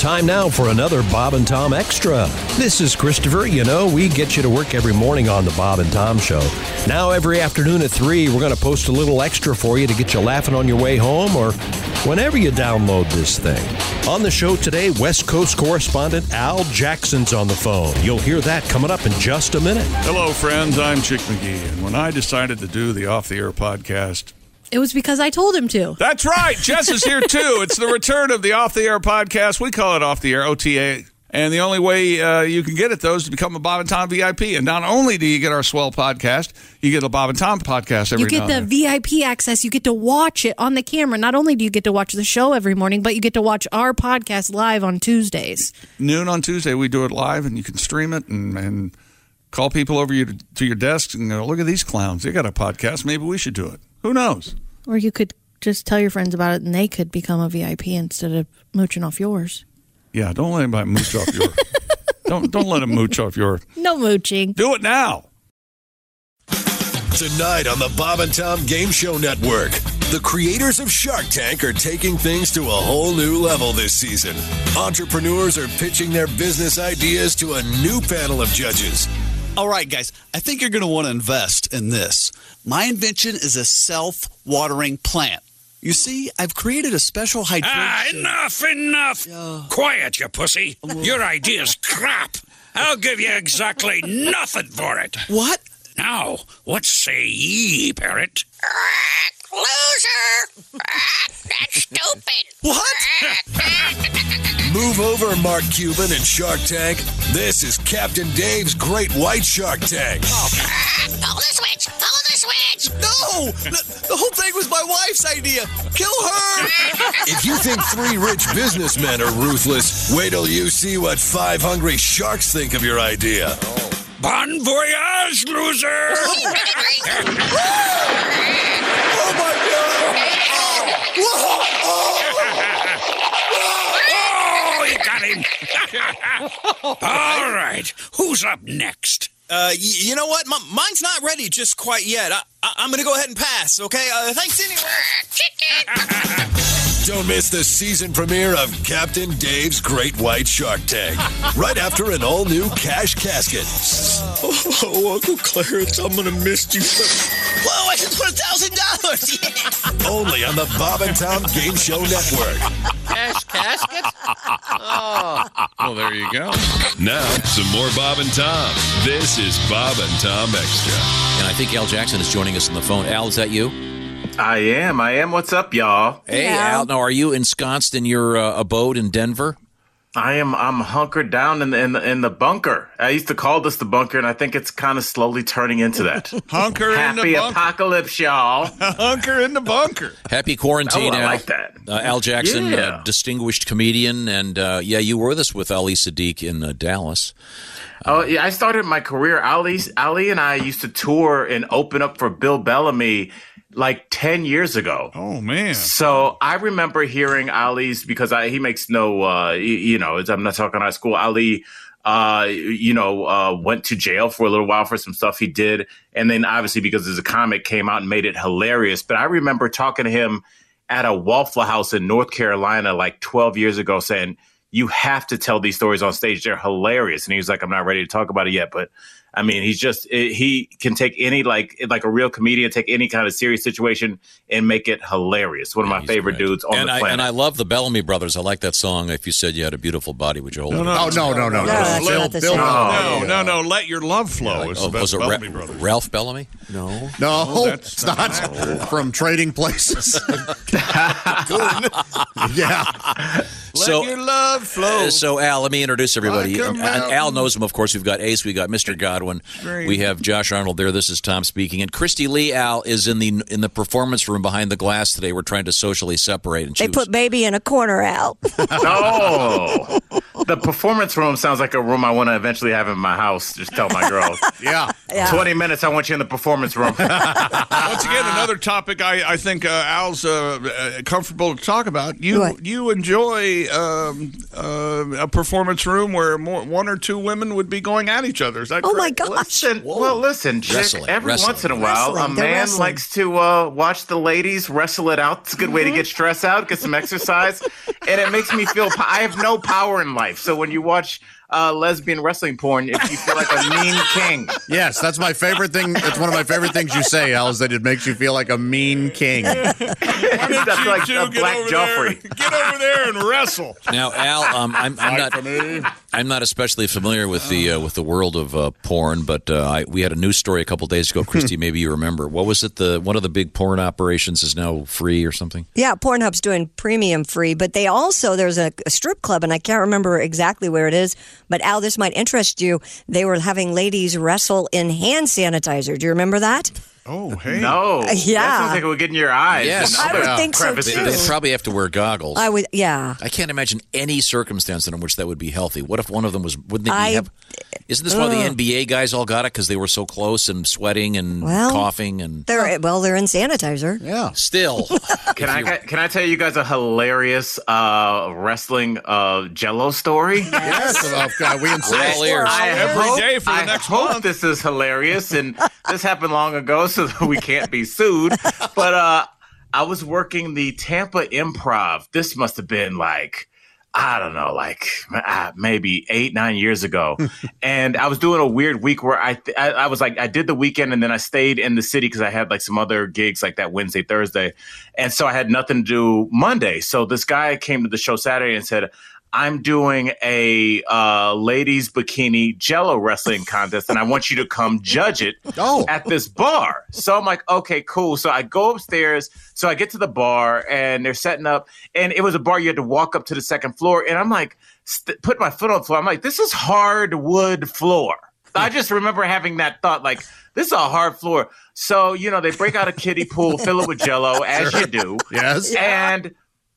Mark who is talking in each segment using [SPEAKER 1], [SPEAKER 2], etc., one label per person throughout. [SPEAKER 1] Time now for another Bob and Tom Extra. This is Christopher. You know, we get you to work every morning on the Bob and Tom Show. Now, every afternoon at 3, we're going to post a little extra for you to get you laughing on your way home or whenever you download this thing. On the show today, West Coast correspondent Al Jackson's on the phone. You'll hear that coming up in just a minute.
[SPEAKER 2] Hello, friends. I'm Chick McGee. And when I decided to do the Off the Air podcast,
[SPEAKER 3] It was because I told him to.
[SPEAKER 2] that's right. Jess is here too. It's the return of the Off the Air podcast. We call it Off the Air OTA. And the only way uh, you can get it, though, is to become a Bob and Tom VIP. And not only do you get our swell podcast, you get a Bob and Tom podcast every
[SPEAKER 3] You get
[SPEAKER 2] now
[SPEAKER 3] the
[SPEAKER 2] and then.
[SPEAKER 3] VIP access. You get to watch it on the camera. Not only do you get to watch the show every morning, but you get to watch our podcast live on Tuesdays.
[SPEAKER 2] noon on Tuesday. We do it live, and you can stream it and, and call people over you to, to your desk and go, look at these clowns. They got a podcast. Maybe we should do it. Who knows?
[SPEAKER 3] Or you could just tell your friends about it and they could become a VIP instead of mooching off yours.
[SPEAKER 2] Yeah, don't let anybody mooch off your. don't don't let them mooch off your.
[SPEAKER 3] No mooching.
[SPEAKER 2] Do it now.
[SPEAKER 4] Tonight on the Bob and Tom Game Show Network, the creators of Shark Tank are taking things to a whole new level this season. Entrepreneurs are pitching their business ideas to a new panel of judges.
[SPEAKER 5] All right, guys, I think you're going to want to invest in this. My invention is a self watering plant. You see, I've created a special hydration.
[SPEAKER 6] Ah, enough, enough. Quiet, you pussy. Your idea's crap. I'll give you exactly nothing for it.
[SPEAKER 5] What?
[SPEAKER 6] Now, what say ye, parrot?
[SPEAKER 7] Loser! Ah, That's stupid!
[SPEAKER 5] What?
[SPEAKER 4] Move over, Mark Cuban and Shark Tank. This is Captain Dave's Great White Shark Tank.
[SPEAKER 7] Ah, Pull the switch! Pull the switch!
[SPEAKER 5] No! No, The whole thing was my wife's idea. Kill her!
[SPEAKER 4] If you think three rich businessmen are ruthless, wait till you see what five hungry sharks think of your idea.
[SPEAKER 6] Bon voyage, loser!
[SPEAKER 5] Oh my God!
[SPEAKER 6] oh, you got him. All right, who's up next?
[SPEAKER 8] Uh, y- you know what? M- mine's not ready just quite yet. I- I- I'm gonna go ahead and pass. Okay. Uh, thanks anyway.
[SPEAKER 7] Chicken!
[SPEAKER 4] Don't miss the season premiere of Captain Dave's Great White Shark Tank, right after an all new cash casket.
[SPEAKER 8] Oh, Uncle Clarence, I'm gonna miss you. Whoa! I just won a thousand dollars.
[SPEAKER 4] Only on the Bob and Tom Game Show Network.
[SPEAKER 2] Well, there you go.
[SPEAKER 9] Now, some more Bob and Tom. This is Bob and Tom Extra.
[SPEAKER 10] And I think Al Jackson is joining us on the phone. Al, is that you?
[SPEAKER 11] I am. I am. What's up, y'all?
[SPEAKER 10] Hey,
[SPEAKER 3] Al.
[SPEAKER 10] Al. Now, are you ensconced in your uh, abode in Denver?
[SPEAKER 11] I am. I'm hunkered down in the, in the in the bunker. I used to call this the bunker, and I think it's kind of slowly turning into that.
[SPEAKER 2] Hunker in the
[SPEAKER 11] Happy
[SPEAKER 2] bunker.
[SPEAKER 11] apocalypse, y'all! Oh,
[SPEAKER 2] Hunker in the bunker.
[SPEAKER 10] Happy quarantine,
[SPEAKER 11] I
[SPEAKER 10] Al.
[SPEAKER 11] like that.
[SPEAKER 10] Uh, Al Jackson,
[SPEAKER 11] Yeah.
[SPEAKER 10] uh, distinguished comedian, and uh, yeah, you were with us with Ali Sadiq in uh, Dallas.
[SPEAKER 11] Oh, yeah. I started my career. Ali, Ali, and I used to tour and open up for Bill Bellamy like ten years ago.
[SPEAKER 2] Oh man.
[SPEAKER 11] So I remember hearing Ali's because I, he makes no, uh, y- you know, it's- I'm not talking high school. Ali, uh, you know, uh, went to jail for a little while for some stuff he did. And then obviously because there's a comic came out and made it hilarious. But I remember talking to him at a Waffle House in North Carolina like 12 years ago saying, you have to tell these stories on stage. They're hilarious. And he was like, I'm not ready to talk about it yet, but I mean, he's just he can take any like like a real comedian take any kind of serious situation and make it hilarious. One of my
[SPEAKER 10] He's
[SPEAKER 11] favorite
[SPEAKER 10] great.
[SPEAKER 11] dudes on
[SPEAKER 10] and
[SPEAKER 11] the
[SPEAKER 10] I,
[SPEAKER 11] planet.
[SPEAKER 10] And I love the Bellamy Brothers. I like that song. If you said you had a beautiful body, would you hold it?
[SPEAKER 2] no,
[SPEAKER 9] no, no, no.
[SPEAKER 2] that's Bill- not
[SPEAKER 9] the
[SPEAKER 11] same.
[SPEAKER 2] No, no, no. Let your love flow.
[SPEAKER 10] Like,
[SPEAKER 2] is
[SPEAKER 10] oh,
[SPEAKER 2] the best
[SPEAKER 10] was it Ra-
[SPEAKER 2] Bellamy Brothers.
[SPEAKER 10] Ralph Bellamy? No.
[SPEAKER 9] No,
[SPEAKER 2] that's
[SPEAKER 9] it's not from Trading Places. yeah.
[SPEAKER 10] so,
[SPEAKER 2] love flow.
[SPEAKER 10] Uh, So Al, let me introduce everybody.
[SPEAKER 2] Like a
[SPEAKER 10] Um, and Al knows him, of course. We've got Ace, we got Mr. Godwin, we have Josh Arnold there. This is Tom speaking, and Christy Lee Al is in the in the performance room behind the glass today. We're trying to socially separate, and she
[SPEAKER 7] They
[SPEAKER 12] Oh,
[SPEAKER 10] was-
[SPEAKER 7] put baby in a corner out.
[SPEAKER 11] Oh, no, the performance room sounds like a room I want to eventually have in my house. Just tell my girls. yeah.
[SPEAKER 2] Yeah.
[SPEAKER 11] 20 minutes, I want you in the performance room.
[SPEAKER 2] Once again, another topic I, I think uh, Al's uh, uh, comfortable to talk about. You you enjoy um, uh, a performance room where more, one or two women would be going at each other. Is that
[SPEAKER 11] Oh,
[SPEAKER 2] correct?
[SPEAKER 11] my
[SPEAKER 2] gosh!
[SPEAKER 11] Listen, well, listen, chick, every once in a while, a man likes to uh, watch the ladies wrestle it out. It's a good way to get stress out, get some exercise, and it makes me feel. Po- I have no power in life, so when you watch uh, lesbian wrestling porn, if you feel like a mean king,
[SPEAKER 13] Yes, that's my favorite thing. It's one of my favorite things you say, Al, is that it makes you feel like a mean king.
[SPEAKER 11] that's like
[SPEAKER 2] two
[SPEAKER 11] a black Joffrey.
[SPEAKER 2] Get over there and wrestle.
[SPEAKER 10] Now, Al, um, I'm, I'm not I'm not especially familiar with the uh, with the world of uh, porn, but uh, I, we had a news story a couple days ago, Christy. maybe you remember. What was it? The one of the big porn operations is now free or something.
[SPEAKER 12] Yeah, Pornhub's doing premium free, but they also there's a, a strip club, and I can't remember exactly where it is. But Al, this might interest you. They were having ladies wrestle in hand sanitizer. Do you remember that?
[SPEAKER 2] Oh,
[SPEAKER 11] No, that
[SPEAKER 12] Yeah.
[SPEAKER 11] sounds like it would get in your eyes.
[SPEAKER 10] Yes,
[SPEAKER 11] and
[SPEAKER 12] I would
[SPEAKER 11] other
[SPEAKER 12] think so,
[SPEAKER 11] crevices.
[SPEAKER 10] They, would probably have to wear goggles.
[SPEAKER 12] I would. Yeah.
[SPEAKER 10] I can't imagine any circumstance in which that would be healthy. What if one of them was? Wouldn't they be?
[SPEAKER 12] I-
[SPEAKER 10] hep- isn't this why
[SPEAKER 12] Ugh.
[SPEAKER 10] the NBA guys all got it because they were so close and sweating and
[SPEAKER 12] Well,
[SPEAKER 10] coughing and
[SPEAKER 12] They're well, they're in sanitizer.
[SPEAKER 13] Yeah.
[SPEAKER 10] still?
[SPEAKER 11] Can I can I tell you guys a hilarious uh, wrestling uh, Jello story?
[SPEAKER 13] Yes, oh, God, we insist.
[SPEAKER 11] I
[SPEAKER 2] Every
[SPEAKER 11] hope,
[SPEAKER 2] day for the
[SPEAKER 11] I
[SPEAKER 2] next
[SPEAKER 11] hope this is hilarious, and this happened long ago, so that we can't be sued. But uh, I was working the Tampa Improv. This must have been like. I don't know, like uh, maybe eight, nine years ago. and I was doing a weird week where I, th- I, I was like, I did the weekend and then I stayed in the city because I had like some other gigs like that Wednesday, Thursday. And so I had nothing to do Monday. So this guy came to the show Saturday and said, I'm doing a uh, ladies bikini jello wrestling contest, and I want you to come judge it at this bar. So I'm like, okay, cool. So I go upstairs. So I get to the bar, and they're setting up, and it was a bar you had to walk up to the second floor, and I'm like, st- put my foot on the floor. I'm like, this is hardwood floor. I just remember having that thought, like, this is a hard floor. So you know, they break out a kiddie pool, fill it with jello, as you do.
[SPEAKER 13] Yes,
[SPEAKER 11] and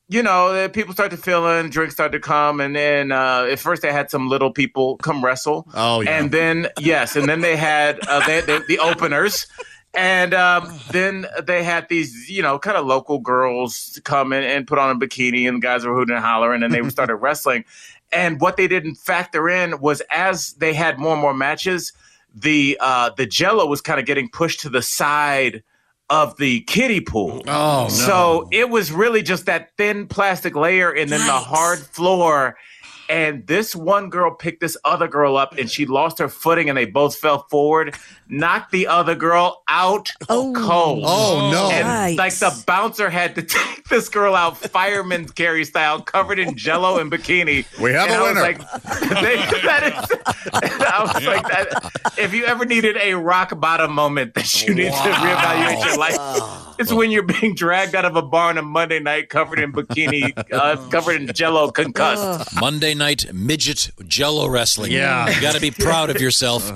[SPEAKER 11] you know, the people start to fill in, drinks start to come, and then uh, at first they had some little people come wrestle.
[SPEAKER 13] Oh, yeah.
[SPEAKER 11] And then yes, and then they had uh, they, they, the openers, and um, then they had these you know kind of local girls come in and put on a bikini, and the guys were hooting and hollering, and they started wrestling. And what they didn't factor in was as they had more and more matches, the uh, the Jello was kind of getting pushed to the side of the kiddie pool.
[SPEAKER 13] Oh, no.
[SPEAKER 11] So it was really just that thin plastic layer and then the hard floor. And this one girl picked this other girl up and she lost her footing and they both fell forward, knocked the other girl out cold.
[SPEAKER 13] Oh, no.
[SPEAKER 11] And
[SPEAKER 13] Yikes.
[SPEAKER 11] like the bouncer had to take this girl out fireman carry style, covered in jello and bikini.
[SPEAKER 13] We have
[SPEAKER 11] And
[SPEAKER 13] a
[SPEAKER 11] I was
[SPEAKER 13] winner.
[SPEAKER 11] like, they, that is, I was like, that, if you ever needed a rock bottom moment that you need to reevaluate your life, it's when you're being dragged out of a bar on a Monday night covered in bikini, uh, covered in jello, concussed.
[SPEAKER 10] Monday night midget jello wrestling.
[SPEAKER 11] Yeah. Uh,
[SPEAKER 10] you got to be proud of yourself.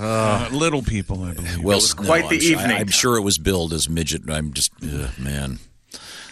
[SPEAKER 2] little people, I believe.
[SPEAKER 10] Well,
[SPEAKER 11] It was
[SPEAKER 10] no,
[SPEAKER 11] quite
[SPEAKER 10] I'm
[SPEAKER 11] the
[SPEAKER 10] su- I-
[SPEAKER 11] evening.
[SPEAKER 10] I'm sure it was billed as midget. I'm just ugh, man,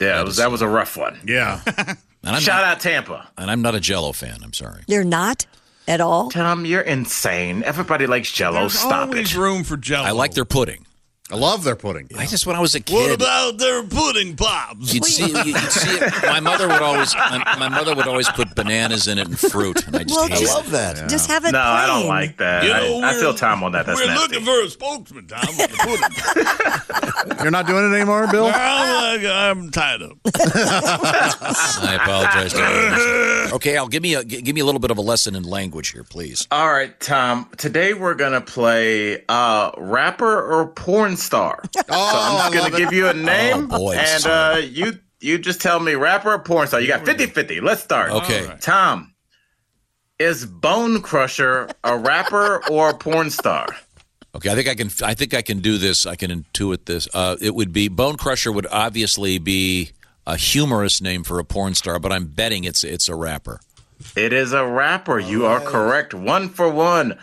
[SPEAKER 11] Yeah, it was, that was a rough one.
[SPEAKER 13] Yeah.
[SPEAKER 10] and I'm
[SPEAKER 11] Shout
[SPEAKER 10] not,
[SPEAKER 11] out Tampa.
[SPEAKER 10] and I'm not a Jello fan. I'm sorry.
[SPEAKER 12] You're not at all.
[SPEAKER 11] Tom, you're insane. Everybody likes jello.
[SPEAKER 10] There's
[SPEAKER 11] Oh, Stop it.
[SPEAKER 10] always
[SPEAKER 2] room for jello.
[SPEAKER 11] Oh.
[SPEAKER 10] I like their pudding.
[SPEAKER 13] I love their pudding.
[SPEAKER 10] I just when I was a kid.
[SPEAKER 14] What about their pudding pops?
[SPEAKER 10] You'd see, you'd see it. My mother would always, my, my mother would always put bananas in it and fruit, and I just
[SPEAKER 12] Well,
[SPEAKER 10] hated
[SPEAKER 12] just- I
[SPEAKER 10] it.
[SPEAKER 12] love that. just have it
[SPEAKER 11] No, I don't
[SPEAKER 12] plain.
[SPEAKER 11] like that.
[SPEAKER 14] You
[SPEAKER 11] I-
[SPEAKER 14] know,
[SPEAKER 11] I, feel
[SPEAKER 14] we're-
[SPEAKER 11] Tom on that. That's
[SPEAKER 14] We're
[SPEAKER 11] nasty.
[SPEAKER 14] looking for a spokesman, Tom. with the pudding.
[SPEAKER 13] You're not doing it anymore, Bill?
[SPEAKER 14] I'm, like, I'm tied up.
[SPEAKER 10] I apologize. To everyone. okay, Al, give me a gi- give me a little bit of a lesson in language here, please.
[SPEAKER 11] All right, Tom. Today we're gonna play uh, rapper or porn star.
[SPEAKER 13] Oh,
[SPEAKER 11] so
[SPEAKER 13] I love
[SPEAKER 11] I'm just gonna
[SPEAKER 13] it.
[SPEAKER 11] give you a name,
[SPEAKER 10] Oh, boy,
[SPEAKER 11] and
[SPEAKER 10] sorry.
[SPEAKER 11] uh, you you just tell me rapper or porn star. You got 50-50. Let's start.
[SPEAKER 10] Okay. All right.
[SPEAKER 11] Tom. Is Bone Crusher a rapper or a porn star?
[SPEAKER 10] Okay, I think I can. I think I can do this. I can intuit this. Uh, it would be Bone Crusher would obviously be a humorous name for a porn star, but I'm betting it's it's a rapper.
[SPEAKER 11] It is a rapper. You are correct. One for one.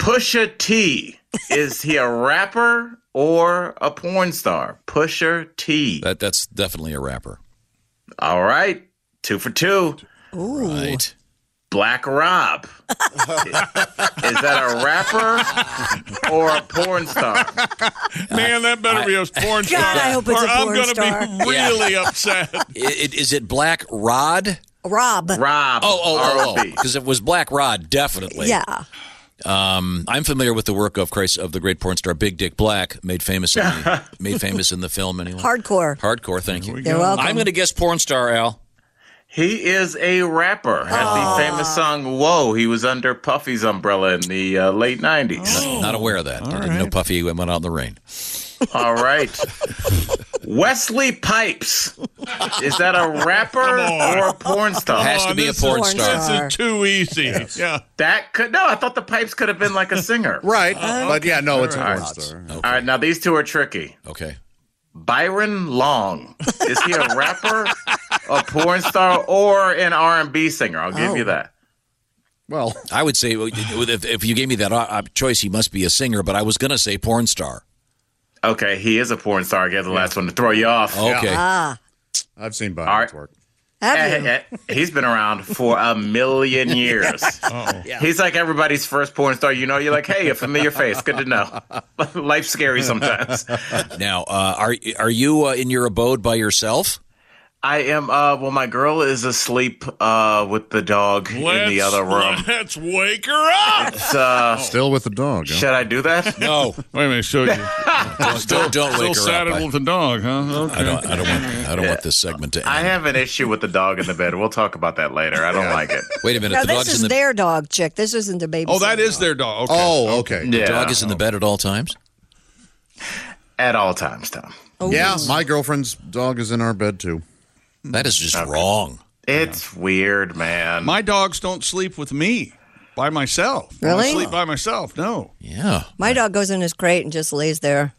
[SPEAKER 11] Pusha T. Is he a rapper or a porn star? Pusher T.
[SPEAKER 10] That that's definitely a rapper.
[SPEAKER 11] All right. Two for two.
[SPEAKER 10] Right.
[SPEAKER 11] Black Rob. Is that a rapper or a porn star?
[SPEAKER 2] Man, that better be a porn star. or I'm gonna be really
[SPEAKER 10] Yeah.
[SPEAKER 2] upset.
[SPEAKER 10] It, it, is it Black Rod?
[SPEAKER 12] Rob.
[SPEAKER 11] Rob.
[SPEAKER 10] Oh, oh, oh,
[SPEAKER 11] R.O.B..
[SPEAKER 10] because it was Black Rod, definitely.
[SPEAKER 12] Yeah.
[SPEAKER 10] Um, I'm familiar with the work of Christ of the great porn star Big Dick Black, made famous in the, made famous in the film anyway.
[SPEAKER 12] Hardcore.
[SPEAKER 10] Hardcore, thank you.
[SPEAKER 12] You're welcome.
[SPEAKER 10] I'm going to guess porn star Al.
[SPEAKER 11] He is a rapper. Had the famous song "Whoa." He was under Puffy's umbrella in the uh, late '90s.
[SPEAKER 10] Not aware of that. I didn't know Puffy went out in the rain.
[SPEAKER 11] All right. Wesley Pipes. Is that a rapper or a porn star?
[SPEAKER 10] Has to be a porn star.
[SPEAKER 2] This is too easy. Yeah.
[SPEAKER 11] That could no. I thought the Pipes could have been like a singer.
[SPEAKER 13] Right.
[SPEAKER 2] Uh,
[SPEAKER 13] But yeah, no, it's a porn
[SPEAKER 11] star. All right. Now these two are tricky.
[SPEAKER 10] Okay.
[SPEAKER 11] Byron Long. Is he a rapper, a porn star, or an R and B singer? I'll give you that.
[SPEAKER 10] Well, I would say well, if, if you gave me that uh, choice, he must be a singer. But I was going to say porn star.
[SPEAKER 11] Okay, he is a porn star. I gave the last one to throw you off.
[SPEAKER 10] Okay.
[SPEAKER 12] Ah.
[SPEAKER 13] I've seen Bob work.
[SPEAKER 12] Have you?
[SPEAKER 11] Eh, eh, eh, he's been around for a million years. He's like everybody's first porn star. You know, you're like, hey, a familiar face. Good to know. Life's scary sometimes.
[SPEAKER 10] Now, uh, are are you uh, in your abode by yourself?
[SPEAKER 11] I am. Uh, well, my girl is asleep uh, with the dog in the other room.
[SPEAKER 2] Let's wake her up.
[SPEAKER 11] It's, uh,
[SPEAKER 13] Still with the dog. Huh?
[SPEAKER 11] should I do that?
[SPEAKER 10] No,
[SPEAKER 2] Wait a minute, show you.
[SPEAKER 10] don't, don't
[SPEAKER 2] Still
[SPEAKER 10] wake her up.
[SPEAKER 2] saddled
[SPEAKER 10] I,
[SPEAKER 2] with the dog, huh? Okay.
[SPEAKER 10] I don't. I don't want. I don't want this segment to end.
[SPEAKER 11] I have an issue with the dog in the bed. We'll talk about that later. I don't like it.
[SPEAKER 10] Wait a minute.
[SPEAKER 12] No,
[SPEAKER 10] the
[SPEAKER 12] this
[SPEAKER 10] dog's
[SPEAKER 12] is
[SPEAKER 10] in the
[SPEAKER 12] their dog, chick. This isn't the baby.
[SPEAKER 2] Oh, that is their dog. Okay.
[SPEAKER 13] Oh, okay.
[SPEAKER 11] Yeah.
[SPEAKER 10] dog is in the bed at all times.
[SPEAKER 11] At all times, Tom.
[SPEAKER 13] Yeah, my girlfriend's dog is in our bed too.
[SPEAKER 10] That is just wrong.
[SPEAKER 11] It's weird, man.
[SPEAKER 2] My dogs don't sleep with me by myself. I don't
[SPEAKER 12] Really?
[SPEAKER 2] sleep by myself. No.
[SPEAKER 10] Yeah.
[SPEAKER 12] My dog goes in his crate and just lays there.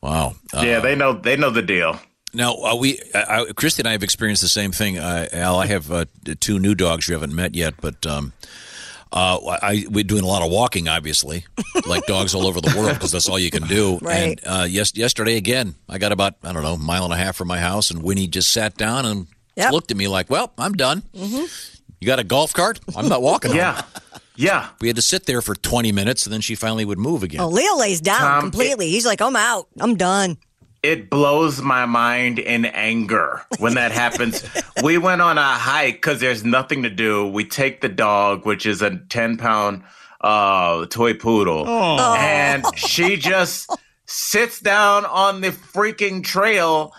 [SPEAKER 10] Wow. Uh,
[SPEAKER 11] yeah, they know. They know the deal.
[SPEAKER 10] Now, uh, we, uh, I, Christy and I have experienced the same thing. Uh, Al, I have uh, t- two new dogs you haven't met yet, but um, uh, I, we're doing a lot of walking, obviously, like dogs all over the world, because that's all you can do.
[SPEAKER 12] Right.
[SPEAKER 10] And uh, yes, yesterday again, I got about I don't know, a mile and a half from my house, and Winnie just sat down and
[SPEAKER 12] Yep. Mm-hmm.
[SPEAKER 10] looked at me like, "Well, I'm done. You got a golf cart? I'm not walking." home."
[SPEAKER 11] Yeah, yeah.
[SPEAKER 10] We had to sit there for 20 minutes, and then she finally would move again.
[SPEAKER 12] Oh, Leo lays down
[SPEAKER 11] Tom,
[SPEAKER 12] completely. He's like, I'm out. I'm done.
[SPEAKER 11] it blows my mind in anger when that happens. we went on a hike because there's nothing to do. We take the dog, which is a 10 pound uh, toy poodle, and she just sits down on the freaking trail.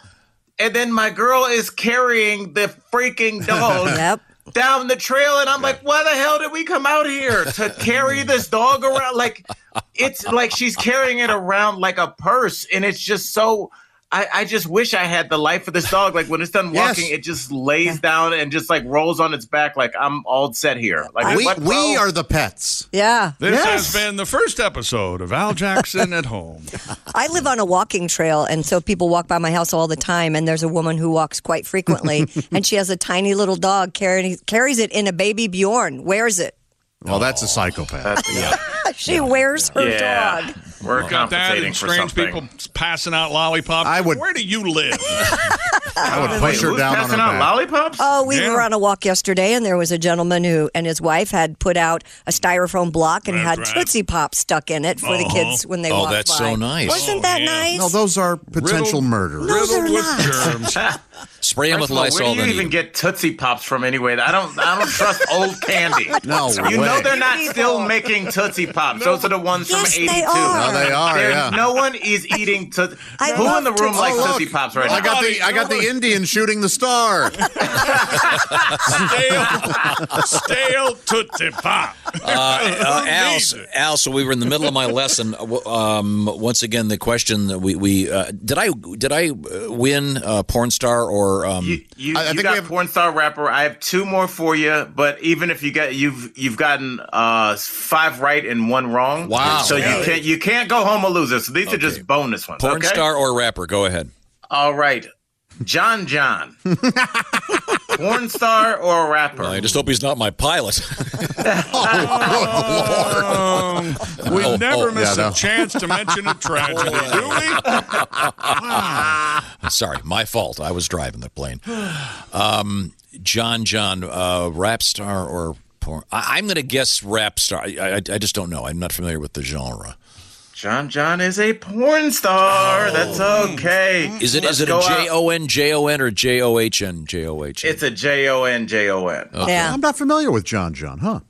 [SPEAKER 11] And then my girl is carrying the freaking dog
[SPEAKER 12] Yep.
[SPEAKER 11] down the trail and I'm like, why the hell did we come out here to carry this dog around? Like it's like she's carrying it around like a purse and it's just so I, I just wish I had the life of this dog. Like when it's done
[SPEAKER 13] Yes.
[SPEAKER 11] walking, it just lays down and just like rolls on its back like I'm all set here.
[SPEAKER 12] Oh.
[SPEAKER 11] Like
[SPEAKER 13] We,
[SPEAKER 11] what,
[SPEAKER 13] we
[SPEAKER 11] bro?
[SPEAKER 13] are the pets.
[SPEAKER 12] Yeah.
[SPEAKER 2] This has been the first episode of Al Jackson at Home.
[SPEAKER 12] I live on a walking trail, and so people walk by my house all the time. And there's a woman who walks quite frequently, and she has a tiny little dog carrying carries it in a baby Bjorn. Wears it.
[SPEAKER 13] Well, that's a psychopath.
[SPEAKER 12] She wears her
[SPEAKER 11] Yeah.
[SPEAKER 12] dog.
[SPEAKER 11] We're
[SPEAKER 2] Got that
[SPEAKER 11] compensating
[SPEAKER 2] and
[SPEAKER 11] for
[SPEAKER 2] strange
[SPEAKER 11] something.
[SPEAKER 2] people passing out lollipops.
[SPEAKER 13] I would-
[SPEAKER 2] Where do you live?
[SPEAKER 13] I would
[SPEAKER 11] Wait,
[SPEAKER 13] push her
[SPEAKER 11] who's
[SPEAKER 13] down on her
[SPEAKER 11] passing out
[SPEAKER 13] back.
[SPEAKER 11] lollipops?
[SPEAKER 12] Oh, we
[SPEAKER 2] Yeah.
[SPEAKER 12] were on a walk yesterday, and there was a gentleman who and his wife had put out a styrofoam block and had
[SPEAKER 2] right.
[SPEAKER 12] Tootsie Pop stuck in it for the kids when they
[SPEAKER 10] Oh,
[SPEAKER 12] walked
[SPEAKER 10] that's
[SPEAKER 12] by.
[SPEAKER 10] so nice.
[SPEAKER 12] Wasn't that nice?
[SPEAKER 13] no, those are potential
[SPEAKER 2] Riddle-
[SPEAKER 13] murderers.
[SPEAKER 12] Those are
[SPEAKER 2] Riddled with germs.
[SPEAKER 12] not.
[SPEAKER 10] Spray him with
[SPEAKER 11] First of all,
[SPEAKER 10] Lysol.
[SPEAKER 11] where do you
[SPEAKER 10] then
[SPEAKER 11] even
[SPEAKER 10] eat
[SPEAKER 11] get Tootsie Pops from anyway? I don't I don't trust old candy.
[SPEAKER 13] No
[SPEAKER 11] You know
[SPEAKER 13] way.
[SPEAKER 11] they're not
[SPEAKER 12] People.
[SPEAKER 11] still making Tootsie Pops. Those are the ones
[SPEAKER 12] Yes,
[SPEAKER 11] from
[SPEAKER 12] they
[SPEAKER 11] 82.
[SPEAKER 12] are.
[SPEAKER 13] No, they are,
[SPEAKER 11] There's-
[SPEAKER 13] yeah.
[SPEAKER 11] No one is eating Tootsie
[SPEAKER 12] I
[SPEAKER 11] Who in
[SPEAKER 12] love
[SPEAKER 11] the room
[SPEAKER 12] Tootsie
[SPEAKER 11] likes
[SPEAKER 12] Pops.
[SPEAKER 11] Tootsie Pops right
[SPEAKER 13] I
[SPEAKER 11] now?
[SPEAKER 13] got the I got the Indian shooting the star.
[SPEAKER 2] Stale, stale Tootsie Pop.
[SPEAKER 11] Oh,
[SPEAKER 10] uh, Al,
[SPEAKER 2] Amazing.
[SPEAKER 10] Al, so we were in the middle of my lesson. Uh, w- Um, once again, the question that we, we uh, did I did I uh, win uh, porn star or um,
[SPEAKER 11] You, you,
[SPEAKER 13] I- I
[SPEAKER 11] you
[SPEAKER 13] think
[SPEAKER 11] got
[SPEAKER 13] we have-
[SPEAKER 11] porn star rapper. I have two more for you, but even if you get you've you've gotten uh five right and one wrong.
[SPEAKER 10] Wow.
[SPEAKER 11] So you can't you can't go home a loser. So these are just bonus ones.
[SPEAKER 10] porn
[SPEAKER 11] okay?
[SPEAKER 10] star or rapper? Go ahead.
[SPEAKER 11] All right. John John. porn star or rapper?
[SPEAKER 10] I just hope he's not my pilot.
[SPEAKER 13] Oh,
[SPEAKER 2] Um, we
[SPEAKER 10] Oh,
[SPEAKER 2] never
[SPEAKER 10] oh,
[SPEAKER 2] miss
[SPEAKER 13] yeah,
[SPEAKER 2] a
[SPEAKER 13] no.
[SPEAKER 2] chance to mention a tragedy, do we?
[SPEAKER 10] Sorry, my fault. I was driving the plane. Um, John John, uh, rap star or porn porn. I, I'm going to guess rap star. I, I, I just don't know. I'm not familiar with the genre.
[SPEAKER 11] John John is a porn star. That's okay.
[SPEAKER 10] Oh. Mm. Is it is
[SPEAKER 11] Let's
[SPEAKER 10] it a
[SPEAKER 13] uh,
[SPEAKER 11] go out.
[SPEAKER 10] J O N J O N or J O H N J O H?
[SPEAKER 11] It's a J O N J O N.
[SPEAKER 10] Okay. Yeah.
[SPEAKER 13] I'm not familiar with John John, huh?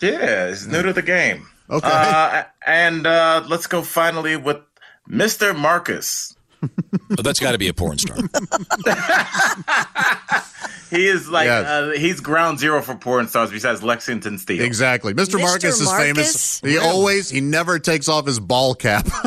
[SPEAKER 11] Yeah, he's new to the game.
[SPEAKER 13] Okay.
[SPEAKER 11] Uh, and uh, let's go finally with Mr. Marcus.
[SPEAKER 10] Oh, that's got to be a porn star.
[SPEAKER 11] He is like
[SPEAKER 13] Yes.
[SPEAKER 11] uh, he's ground zero for porn stars besides Lexington Steel.
[SPEAKER 13] Exactly. Mr. Marcus is famous. He
[SPEAKER 11] Really?
[SPEAKER 13] always he never takes off his ball cap.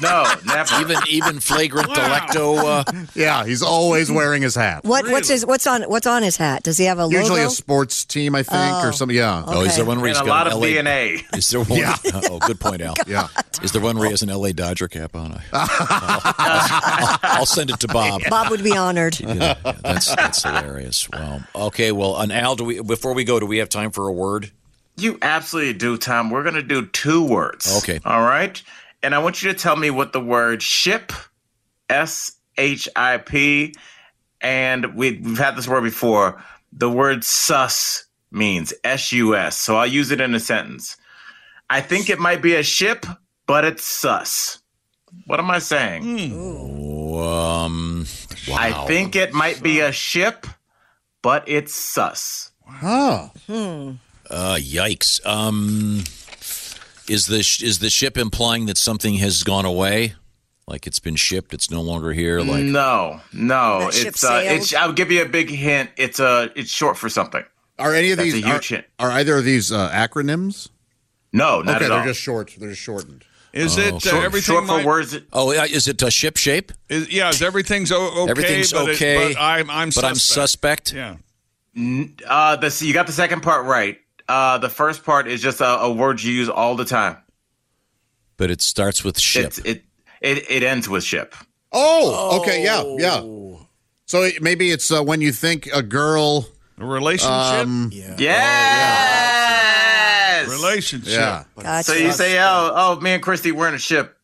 [SPEAKER 11] No, never.
[SPEAKER 10] even even flagrant delecto. Uh,
[SPEAKER 13] yeah, he's always wearing his hat.
[SPEAKER 12] What what's his what's on what's on his hat? Does he have a
[SPEAKER 13] Usually
[SPEAKER 12] logo?
[SPEAKER 13] a sports team, I think, or
[SPEAKER 12] Oh.
[SPEAKER 13] something. Yeah.
[SPEAKER 10] Oh, is there one where he's
[SPEAKER 11] And a
[SPEAKER 10] got
[SPEAKER 11] lot
[SPEAKER 10] an
[SPEAKER 11] of
[SPEAKER 10] LA?
[SPEAKER 11] DNA.
[SPEAKER 10] Is there one?
[SPEAKER 13] Yeah.
[SPEAKER 10] Oh, good point, Al.
[SPEAKER 13] Yeah.
[SPEAKER 10] Is there one where he has an LA Dodger cap on? I- I'll, I'll- I'll send it to Bob.
[SPEAKER 12] Bob would be honored.
[SPEAKER 10] Yeah, yeah, that's that's hilarious. Wow. Okay. Well, and Al, do we before we go, do we have time for a word?
[SPEAKER 11] You absolutely do, Tom. We're going to do two words.
[SPEAKER 10] Okay.
[SPEAKER 11] All right. And I want you to tell me what the word ship, S H I P, and we, we've had this word before. The word sus means S U S. So I'll use it in a sentence. I think it might be a ship, but it's sus. What am I saying?
[SPEAKER 10] Um. Wow.
[SPEAKER 11] I think it might be a ship, but it's sus.
[SPEAKER 13] Oh.
[SPEAKER 10] Uh, yikes. Um, is the sh- is the ship implying that something has gone away, like it's been shipped, it's no longer here? Like
[SPEAKER 11] no, no,
[SPEAKER 10] That ship
[SPEAKER 11] it's uh,
[SPEAKER 10] sailed?
[SPEAKER 11] it's. I'll give you a big hint. It's uh, it's short for something.
[SPEAKER 13] Are any of
[SPEAKER 11] That's
[SPEAKER 13] these
[SPEAKER 11] a huge
[SPEAKER 13] are,
[SPEAKER 11] hint.
[SPEAKER 13] are either of these uh, acronyms?
[SPEAKER 11] No, not
[SPEAKER 13] okay,
[SPEAKER 11] at all.
[SPEAKER 13] they're just short. They're just shortened.
[SPEAKER 2] Is
[SPEAKER 13] Oh,
[SPEAKER 2] it uh,
[SPEAKER 10] short-
[SPEAKER 2] everything?
[SPEAKER 10] short for
[SPEAKER 2] might-
[SPEAKER 11] words?
[SPEAKER 10] Oh, yeah, is it a ship shape?
[SPEAKER 2] Is, yeah, is everything's o- okay?
[SPEAKER 10] Everything's
[SPEAKER 2] but it-
[SPEAKER 10] okay.
[SPEAKER 2] but I'm I'm
[SPEAKER 10] but I'm suspect.
[SPEAKER 2] Yeah.
[SPEAKER 11] N- Uh, the so you got the second part right. Uh, the first part is just a, a word you use all the time.
[SPEAKER 10] But it starts with ship.
[SPEAKER 11] It's it it it ends with ship.
[SPEAKER 13] Oh, okay, yeah, yeah.
[SPEAKER 11] Oh.
[SPEAKER 13] So it- maybe it's uh, when you think a girl um,
[SPEAKER 2] a relationship.
[SPEAKER 10] Um,
[SPEAKER 13] yeah. Oh,
[SPEAKER 11] Yes.
[SPEAKER 2] Relationship.
[SPEAKER 13] Yeah.
[SPEAKER 12] Gotcha.
[SPEAKER 11] So you say, oh, oh, me and Christy, we're in a ship,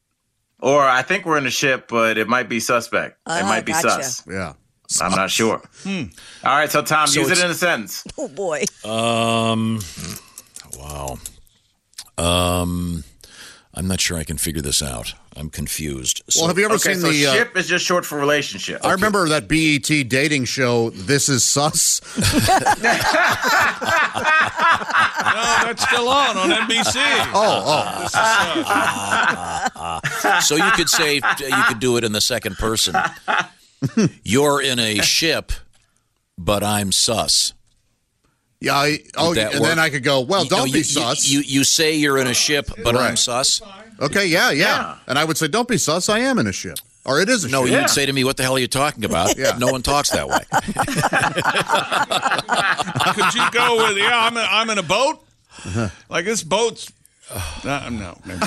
[SPEAKER 11] or I think we're in a ship, but it might be suspect. it
[SPEAKER 12] Ah,
[SPEAKER 11] might be
[SPEAKER 12] gotcha.
[SPEAKER 11] sus.
[SPEAKER 13] Yeah.
[SPEAKER 11] I'm not sure.
[SPEAKER 13] Hmm.
[SPEAKER 11] All right, so Tom,
[SPEAKER 10] So
[SPEAKER 11] use it
[SPEAKER 10] it's-
[SPEAKER 11] in a sentence.
[SPEAKER 12] Oh boy.
[SPEAKER 10] Um, wow. Um, I'm not sure I can figure this out. I'm confused. So,
[SPEAKER 13] Well, have you ever
[SPEAKER 11] okay,
[SPEAKER 13] seen
[SPEAKER 11] so
[SPEAKER 13] the? uh,
[SPEAKER 11] ship is just short for relationship.
[SPEAKER 13] I remember that BET dating show. This is sus.
[SPEAKER 2] No, that's still on on NBC.
[SPEAKER 13] Oh,
[SPEAKER 2] This is, uh,
[SPEAKER 10] so you could say uh, you could do it in the second person. You're in a ship, but I'm sus.
[SPEAKER 13] yeah. I, oh,
[SPEAKER 10] that
[SPEAKER 13] and then
[SPEAKER 10] work?
[SPEAKER 13] I could go. Well,
[SPEAKER 10] You
[SPEAKER 13] don't
[SPEAKER 10] know,
[SPEAKER 13] be
[SPEAKER 10] you,
[SPEAKER 13] sus.
[SPEAKER 10] You, you you say you're in a ship, but I'm
[SPEAKER 13] Right.
[SPEAKER 10] sus.
[SPEAKER 13] okay, yeah, yeah, And I would say, don't be sus. I am in a ship, or it is a
[SPEAKER 10] No,
[SPEAKER 13] ship.
[SPEAKER 10] you would say to me, "What the hell are you talking about?"
[SPEAKER 13] Yeah.
[SPEAKER 10] No one talks that way.
[SPEAKER 2] could you go with? Yeah, I'm in, I'm in a boat.
[SPEAKER 10] Uh-huh.
[SPEAKER 2] Like this boat's. Uh, no, maybe.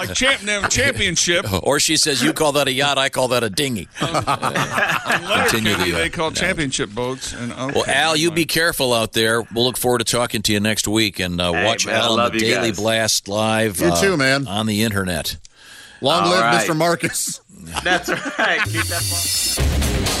[SPEAKER 2] like champ, no, championship.
[SPEAKER 10] Or she says, "You call that a yacht? I call that a dinghy."
[SPEAKER 2] Later,
[SPEAKER 10] Continue
[SPEAKER 2] Kenny,
[SPEAKER 10] the, uh,
[SPEAKER 2] they call championship boats. And okay,
[SPEAKER 10] Well, Al, you
[SPEAKER 2] never
[SPEAKER 10] be careful out there. We'll look forward to talking to you next week and uh,
[SPEAKER 11] Hey,
[SPEAKER 10] watch
[SPEAKER 11] man, I
[SPEAKER 10] Al on
[SPEAKER 11] love
[SPEAKER 10] the
[SPEAKER 11] you
[SPEAKER 10] Daily
[SPEAKER 11] guys.
[SPEAKER 10] Blast live.
[SPEAKER 13] You
[SPEAKER 10] uh,
[SPEAKER 13] too, man.
[SPEAKER 10] On the internet.
[SPEAKER 13] Long
[SPEAKER 11] All
[SPEAKER 13] live
[SPEAKER 11] right.
[SPEAKER 13] Mr. Marcus.
[SPEAKER 11] That's right. Keep that